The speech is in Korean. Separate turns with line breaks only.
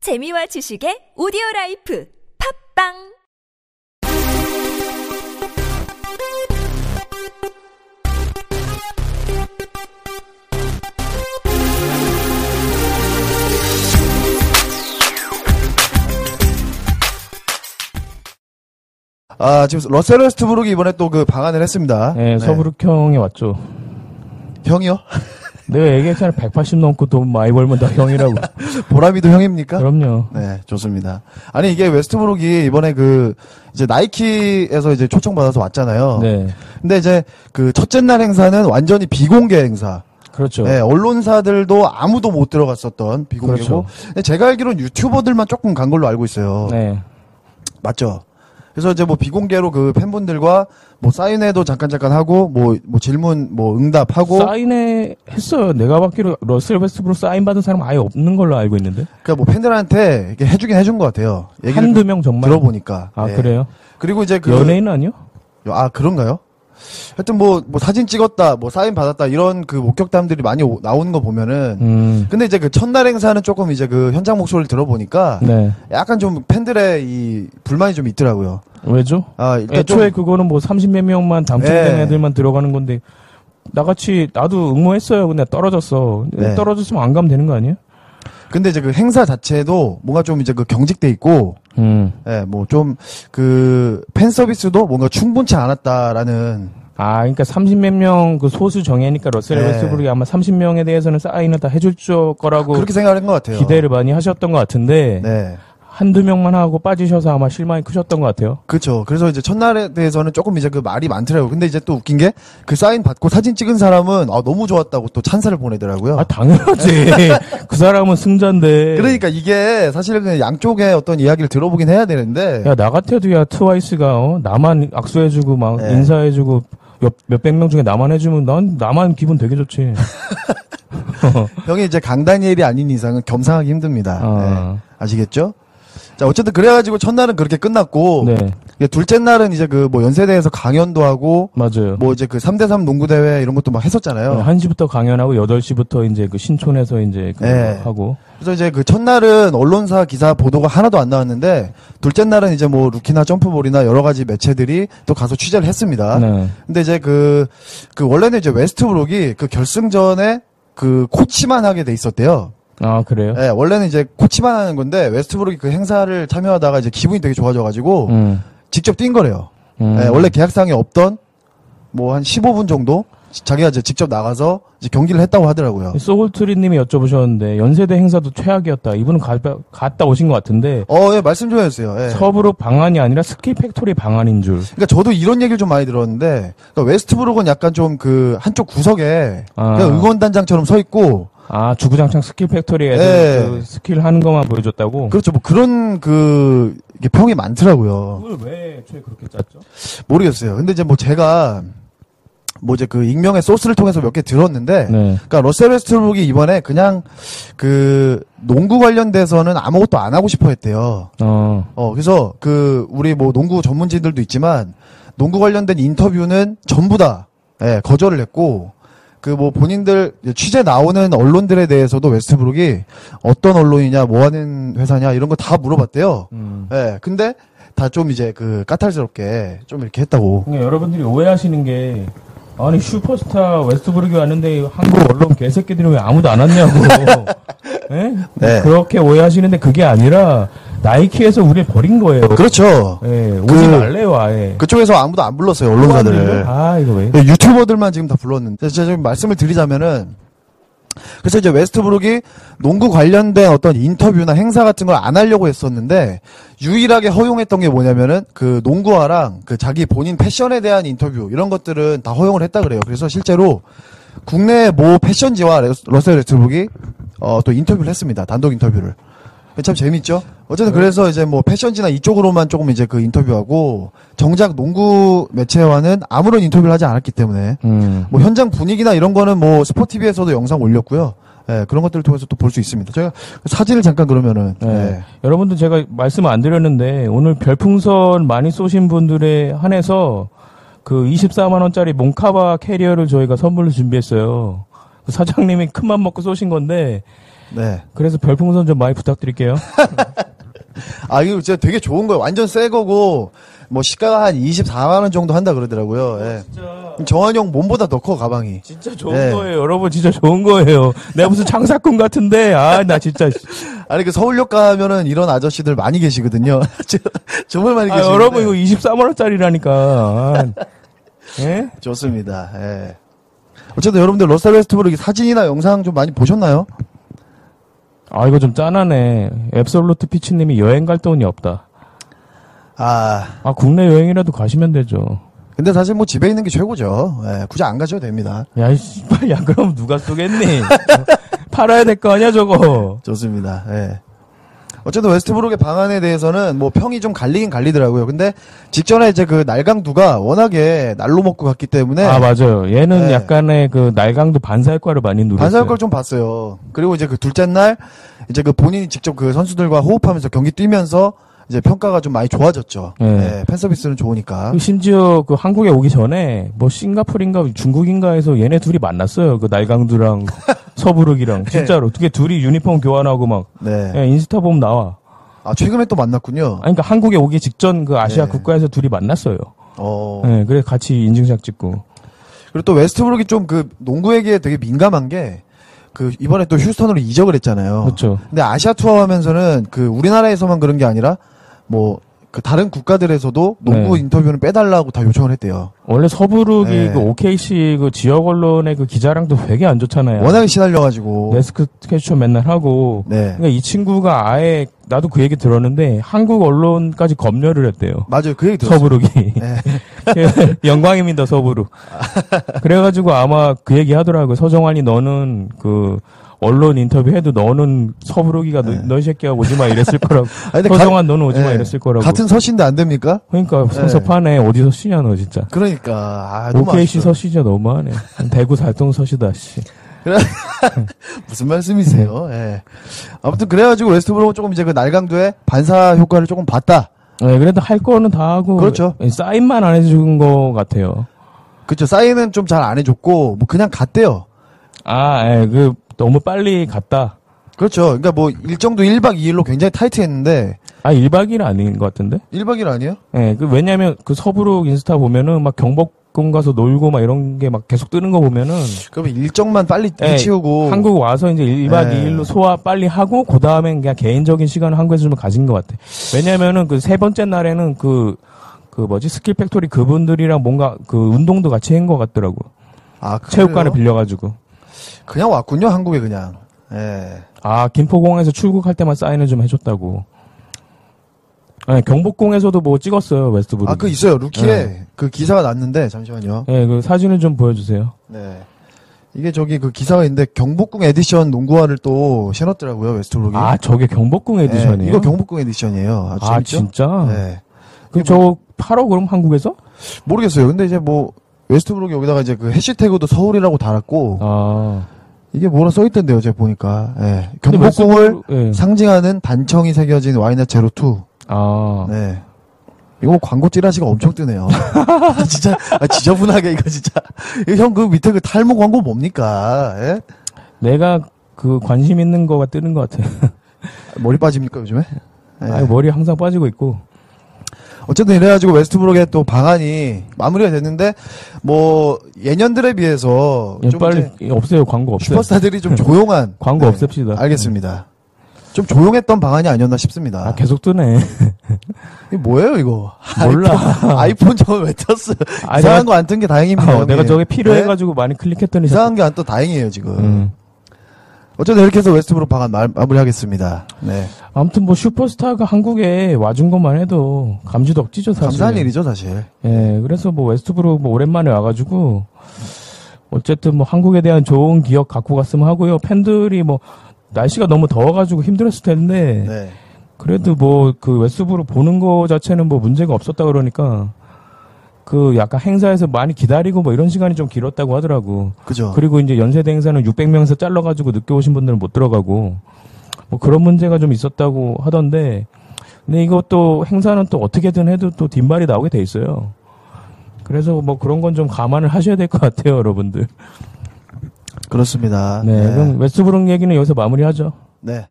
재미와 지식의 오디오 라이프 팝빵
아, 지금 러셀 웨스트브룩이 이번에 또 그 방한을 했습니다.
네, 서브룩 형이 왔죠.
형이요?
내가 얘기했잖아. 180 넘고 돈 많이 벌면 다 형이라고.
그러니까? 보람이도 형입니까?
그럼요.
네, 좋습니다. 아니, 이게 웨스트브룩이 이번에 그, 이제 나이키에서 이제 초청받아서 왔잖아요.
네.
근데 이제 그 첫째 날 행사는 완전히 비공개 행사.
그렇죠.
네, 언론사들도 아무도 못 들어갔었던 비공개고.
그렇죠.
근데 제가 알기로는 유튜버들만 조금 간 걸로 알고 있어요.
네.
맞죠? 그래서 이제 뭐 비공개로 그 팬분들과 뭐 사인회도 잠깐 잠깐 하고 뭐, 뭐 질문 뭐 응답하고
사인에 했어요. 내가 받기로 러셀 웨스트브룩 사인 받은 사람 아예 없는 걸로 알고 있는데.
그러니까 뭐 팬들한테 이렇게 해주긴 해준 것 같아요. 얘기를
한두 명 정말.
들어보니까.
아,
예.
그래요?
그리고 이제 그
연예인 아니요?
아 그런가요? 하여튼 뭐 뭐 사진 찍었다, 뭐 사인 받았다 이런 그 목격담들이 많이 오- 나오는 거 보면은.
음.
근데 이제 그 첫날 행사는 조금 이제 그 현장 목소리를 들어보니까
네.
약간 좀 팬들의 이 불만이 좀 있더라고요.
왜죠?
아 일단
애초에
좀
그거는 뭐 30몇 명만 당첨된
네.
애들만 들어가는 건데 나같이 나도 응모했어요. 근데 떨어졌어.
네.
떨어졌으면 안 가면 되는 거 아니에요?
근데 이제 그 행사 자체도 뭔가 좀 이제 그 경직돼 있고,
음.
예, 뭐 좀 그 팬 서비스도 뭔가 충분치 않았다라는
아, 그러니까 30몇 명 그 소수 정예니까 러셀
네.
웨스브룩이 아마 30명에 대해서는 사인을 다 해줄 줄 거라고
그렇게 생각한 것 같아요.
뭐 기대를 많이 하셨던 것 같은데
네.
한두 명만 하고 빠지셔서 아마 실망이 크셨던 것 같아요.
그렇죠. 그래서 이제 첫날에 대해서는 조금 이제 그 말이 많더라고요. 근데 이제 또 웃긴 게 그 사인 받고 사진 찍은 사람은 아 너무 좋았다고 또 찬사를 보내더라고요.
아, 네. 당연하지. 그 사람은 승자인데.
그러니까 이게 사실은 그냥 양쪽의 어떤 이야기를 들어보긴 해야 되는데
야, 나 같아도 야, 트와이스가, 어, 나만 악수해주고, 막,
네.
인사해주고, 옆, 몇백 명 중에 나만 해주면 난, 나만 기분 되게 좋지.
형이 이제 강다니엘이 아닌 이상은 겸상하기 힘듭니다. 네.
아.
아시겠죠? 자 어쨌든 그래가지고 첫날은 그렇게 끝났고
네,
이제 둘째 날은 이제 그 뭐 연세대에서 강연도 하고
맞아요.
뭐 이제 그 3대3 농구 대회 이런 것도 막
네.
했었잖아요.
1시부터 강연하고, 8시부터 이제 그 신촌에서 이제 그거
네.
하고.
그래서 이제 그 첫날은 언론사 기사 보도가 하나도 안 나왔는데 둘째 날은 이제 뭐 루키나 점프볼이나 여러 가지 매체들이 또 가서 취재를 했습니다.
네.
근데 이제 그, 그 원래는 이제 웨스트브룩이 그 결승전에 그 코치만 하게 돼 있었대요.
아, 그래요?
예, 원래는 이제 코치만 하는 건데 웨스트브룩이 그 행사를 참여하다가 이제 기분이 되게 좋아져가지고
음.
직접 뛴 거래요.
음.
예, 원래 계약상에 없던 뭐 한 15분 정도 자기가 이제 직접 나가서 이제 경기를 했다고 하더라고요.
소울트리님이 여쭤보셨는데 연세대 행사도 최악이었다. 이분은 가, 갔다 오신 것 같은데
어, 예, 말씀 좀 해주세요. 예.
서브로 방안이 아니라 스킬 팩토리 방안인 줄.
그러니까 저도 이런 얘기를 좀 많이 들었는데 그러니까 웨스트브룩은 약간 좀 그 한쪽 구석에
아.
그냥 응원단장처럼 서 있고
아 주구장창 스킬 팩토리 애들
예.
그 스킬 하는 것만 보여줬다고.
그렇죠 뭐 그런 그 이게 평이 많더라고요
그걸 왜 애초에 그렇게 짰죠?
모르겠어요 근데 이제 뭐 제가 뭐 이제 그 익명의 소스를 통해서 몇 개 들었는데
네.
그러니까 러셀 웨스트브룩이 이번에 그냥 그 농구 관련돼서는 아무것도 안 하고 싶어 했대요
어.
어 그래서 그 우리 뭐 농구 전문진들도 있지만 농구 관련된 인터뷰는 전부 다 예, 거절을 했고 그 뭐 본인들 취재 나오는 언론들에 대해서도 웨스트브룩이 어떤 언론이냐 뭐 하는 회사냐 이런 거 다 물어봤대요.
음.
예. 근데 다 좀 이제 그 까탈스럽게 좀 이렇게 했다고.
근데 그러니까 여러분들이 오해하시는 게 아니 슈퍼스타 웨스트브룩이 왔는데 한국 언론 개새끼들이 왜 아무도 안 왔냐고. 예?
네.
그렇게 오해하시는데 그게 아니라 나이키에서 우리 버린 거예요.
그렇죠.
예, 오지
그-
말래요, 아예.
그쪽에서 아무도 안 불렀어요 언론사들을.
아, 이거 왜?
네, 유튜버들만 지금 다 불렀는데 제가 지금 말씀을 드리자면은 그래서 이제 웨스트브룩이 농구 관련된 어떤 인터뷰나 행사 같은 걸 안 하려고 했었는데 유일하게 허용했던 게 뭐냐면은 그 농구화랑 그 자기 본인 패션에 대한 인터뷰 이런 것들은 다 허용을 했다 그래요. 그래서 실제로 국내 모 패션지와 레- 러셀 웨스트브룩이 어, 또 인터뷰를 했습니다. 단독 인터뷰를. 참 재밌죠? 어쨌든 그래서 이제 뭐 패션지나 이쪽으로만 조금 이제 그 인터뷰하고 정작 농구 매체와는 아무런 인터뷰를 하지 않았기 때문에
음.
뭐 현장 분위기나 이런 거는 뭐 스포티비에서도 영상 올렸고요. 예, 그런 것들을 통해서 또 볼 수 있습니다. 제가 그 사진을 잠깐 그러면은
네.
예.
여러분들 제가 말씀 안 드렸는데 오늘 별풍선 많이 쏘신 분들에 한해서 그 24만 원짜리 몽카바 캐리어를 저희가 선물로 준비했어요. 그 사장님이 큰맘 먹고 쏘신 건데
네.
그래서 별풍선 좀 많이 부탁드릴게요.
아, 이거 진짜 되게 좋은 거예요. 완전 새 거고, 뭐, 시가가 한 24만원 정도 한다 그러더라고요. 예.
진짜
정한이 형 몸보다 더 커, 가방이.
진짜 좋은
네.
거예요, 여러분. 진짜 좋은 거예요. 내가 무슨 장사꾼 같은데, 아 나 진짜.
아니, 그 서울역 가면은 이런 아저씨들 많이 계시거든요. 저- 정말 많이
아,
계시는데
여러분 이거 23만 원짜리라니까. 아, 예?
좋습니다. 예. 어쨌든 여러분들 러셀웨스트브룩 사진이나 영상 좀 많이 보셨나요?
아 이거 좀 짠하네. 앱솔루트 피치님이 여행 갈 돈이 없다.
아,
아 국내 여행이라도 가시면 되죠.
근데 사실 뭐 집에 있는 게 최고죠. 예, 굳이 안 가셔도 됩니다.
야, 이씨, 야, 그럼 누가 쏘겠니? 팔아야 될 거 아니야, 저거?
좋습니다. 예. 어쨌든 웨스트브룩의 방안에 대해서는 뭐 평이 좀 갈리긴 갈리더라고요. 근데 직전에 이제 그 날강두가 워낙에 날로 먹고 갔기 때문에
아, 맞아요. 얘는
네.
약간의 그 날강도 반사 효과를 많이 누렸어요.
반사할걸 좀 봤어요. 그리고 이제 그 둘째 날 이제 그 본인이 직접 그 선수들과 호흡하면서 경기 뛰면서 이제 평가가 좀 많이 좋아졌죠.
네.
예, 팬 서비스는 좋으니까.
그 심지어 그 한국에 오기 전에 뭐 싱가포르인가 중국인가에서 얘네 둘이 만났어요. 그 날강두랑 서부르기랑 진짜로 그게 둘이 유니폼 교환하고 막
네.
예, 인스타 보면 나와.
아 최근에 또 만났군요.
아니, 그러니까 한국에 오기 직전 그 아시아
네.
국가에서 둘이 만났어요.
어.
예, 그래 같이 인증샷 찍고.
그리고 또 웨스트브룩이 좀 그 농구에게 되게 민감한 게 그 이번에 또 휴스턴으로 이적을 했잖아요.
그렇죠.
근데 아시아 투어 하면서는 그 우리나라에서만 그런 게 아니라 뭐 그 다른 국가들에서도 농구
네.
인터뷰는 빼달라고 다 요청을 했대요.
원래 서부르기
네.
그 OKC 그 지역 언론의 그 기자랑도 되게 안 좋잖아요.
워낙에 시달려가지고.
데스크 캐쳐 맨날
뭐.
하고.
네.
그러니까 이 친구가 아예 나도 그 얘기 들었는데 한국 언론까지 검열을 했대요.
맞아요. 그 얘기 들었어요.
서부룩이 예, 영광입니다 서부룩. 그래가지고 아마 그 얘기 하더라고요. 서정환이 너는 그 언론 인터뷰 해도 너는 서부룩이가 너, 너이 새끼야 오지 마 이랬을 거라고.
네. 아, 근데 가-
서정환 너는 오지 마
예.
이랬을 거라고.
같은 서신데 안 됩니까?
그러니까 섭섭하네 어디서 쉬냐 너 진짜.
그러니까 아, 너무
OKC
아쉽다.
서시자 너무하네. 대구 살동 서시다 씨.
무슨 말씀이세요?
네.
예. 아무튼 그래가지고 웨스트브룩은 조금 이제 그 날강도의 반사 효과를 조금 봤다.
네, 그래도 할 거는 다 하고 예,
그렇죠.
사인만 안 해준 것 같아요.
그렇죠. 사인은 좀 잘 안 해줬고 뭐 그냥 갔대요.
아, 예, 그 너무 빨리 갔다.
그렇죠. 그러니까 뭐 일정도 1박 2일로 굉장히 타이트했는데
아, 1박 2일 아닌 것 같은데?
1박 2일 아니에요?
예, 그 왜냐면 그 서부로 인스타 보면은 막 경복궁 가서 놀고 막 이런 게 막 계속 뜨는 거 보면은
그러면 일정만 빨리
예,
해치우고
한국 와서 이제 1박
예.
2일로 소화 빨리 하고 그 다음엔 그냥 개인적인 시간을 한국에서 좀 가진 것 같아. 왜냐면은 그 세 번째 날에는 그 그 뭐지 스킬 팩토리 그분들이랑 뭔가 그 운동도 같이 한 것 같더라고
아,
체육관을
그래요?
빌려가지고
그냥 왔군요. 한국에 그냥. 예.
아, 김포공항에서 출국할 때만 사인을 좀 해줬다고. 네, 경복궁에서도 뭐 찍었어요, 웨스트브룩.
아, 그 있어요. 루키에
네.
그 기사가 났는데 잠시만요.
예, 그 사진을 좀 보여주세요.
네. 이게 저기 그 기사가 있는데 경복궁 에디션 농구화를 또 신었더라고요. 웨스트브룩이.
아, 저게 경복궁
예,
에디션이에요?
이거 경복궁 에디션이에요. 아주
아,
재밌죠?
진짜?
네.
그럼 저 팔어, 그럼 한국에서?
모르겠어요. 근데 이제 뭐 웨스트브룩이 여기다가 이제 그 해시태그도 서울이라고 달았고
아.
이게 뭐라 써 있던데요, 제가 보니까. 예.
근데
경복궁을
웨스트브룩- 예.
상징하는 단청이 새겨진 와이넷 제로투.
아.
네. 이거 광고 찌라시가 엄청 뜨네요. 진짜 아, 지저분하게 이거 진짜. 형 그 밑에 그 탈모 광고 뭡니까? 예?
내가 그 관심 있는 거가 뜨는 것 같아.
머리 빠집니까 요즘에? 예.
아니, 머리 항상 빠지고 있고.
어쨌든 이래가지고 웨스트브룩의 또 방안이 마무리가 됐는데 뭐 예년들에 비해서
예,
좀
빨리
이제
없애요, 광고 없애요.
슈퍼스타들이 좀 조용한 네.
광고 없앱시다.
알겠습니다. 좀 조용했던 방안이 아니었나 싶습니다.
아, 계속 뜨네.
이게 뭐예요 이거?
몰라.
아이폰, 아이폰 저거 왜 떴어요?
아,
이상한 거 안 뜬 게 다행입니다.
아, 내가
형님.
저게
네?
필요해가지고 많이 클릭했더니.
이상한 게 안 또 다행이에요 지금.
음.
어쨌든 이렇게 해서 웨스트브룩 방안 마, 마무리하겠습니다. 네,
아무튼 뭐 슈퍼스타가 한국에 와준 것만 해도 감지덕지죠 사실.
감사한 일이죠 사실.
예, 그래서 뭐 웨스트브룩 뭐 오랜만에 와가지고 어쨌든 뭐 한국에 대한 좋은 기억 갖고 갔으면 하고요. 팬들이 뭐 날씨가 너무 더워가지고 힘들었을 텐데
네.
그래도 뭐 그 웨스트브룩 보는 거 자체는 뭐 문제가 없었다 그러니까 그 약간 행사에서 많이 기다리고 뭐 이런 시간이 좀 길었다고 하더라고.
그죠.
그리고 이제 연세대 행사는 600명에서 잘라가지고 늦게 오신 분들은 못 들어가고 뭐 그런 문제가 좀 있었다고 하던데 근데 이것도 행사는 또 어떻게든 해도 또 뒷말이 나오게 돼 있어요. 그래서 뭐 그런 건 좀 감안을 하셔야 될 것 같아요, 여러분들.
그렇습니다.
네,
네.
그럼 웨스트브룩 얘기는 여기서 마무리하죠.
네.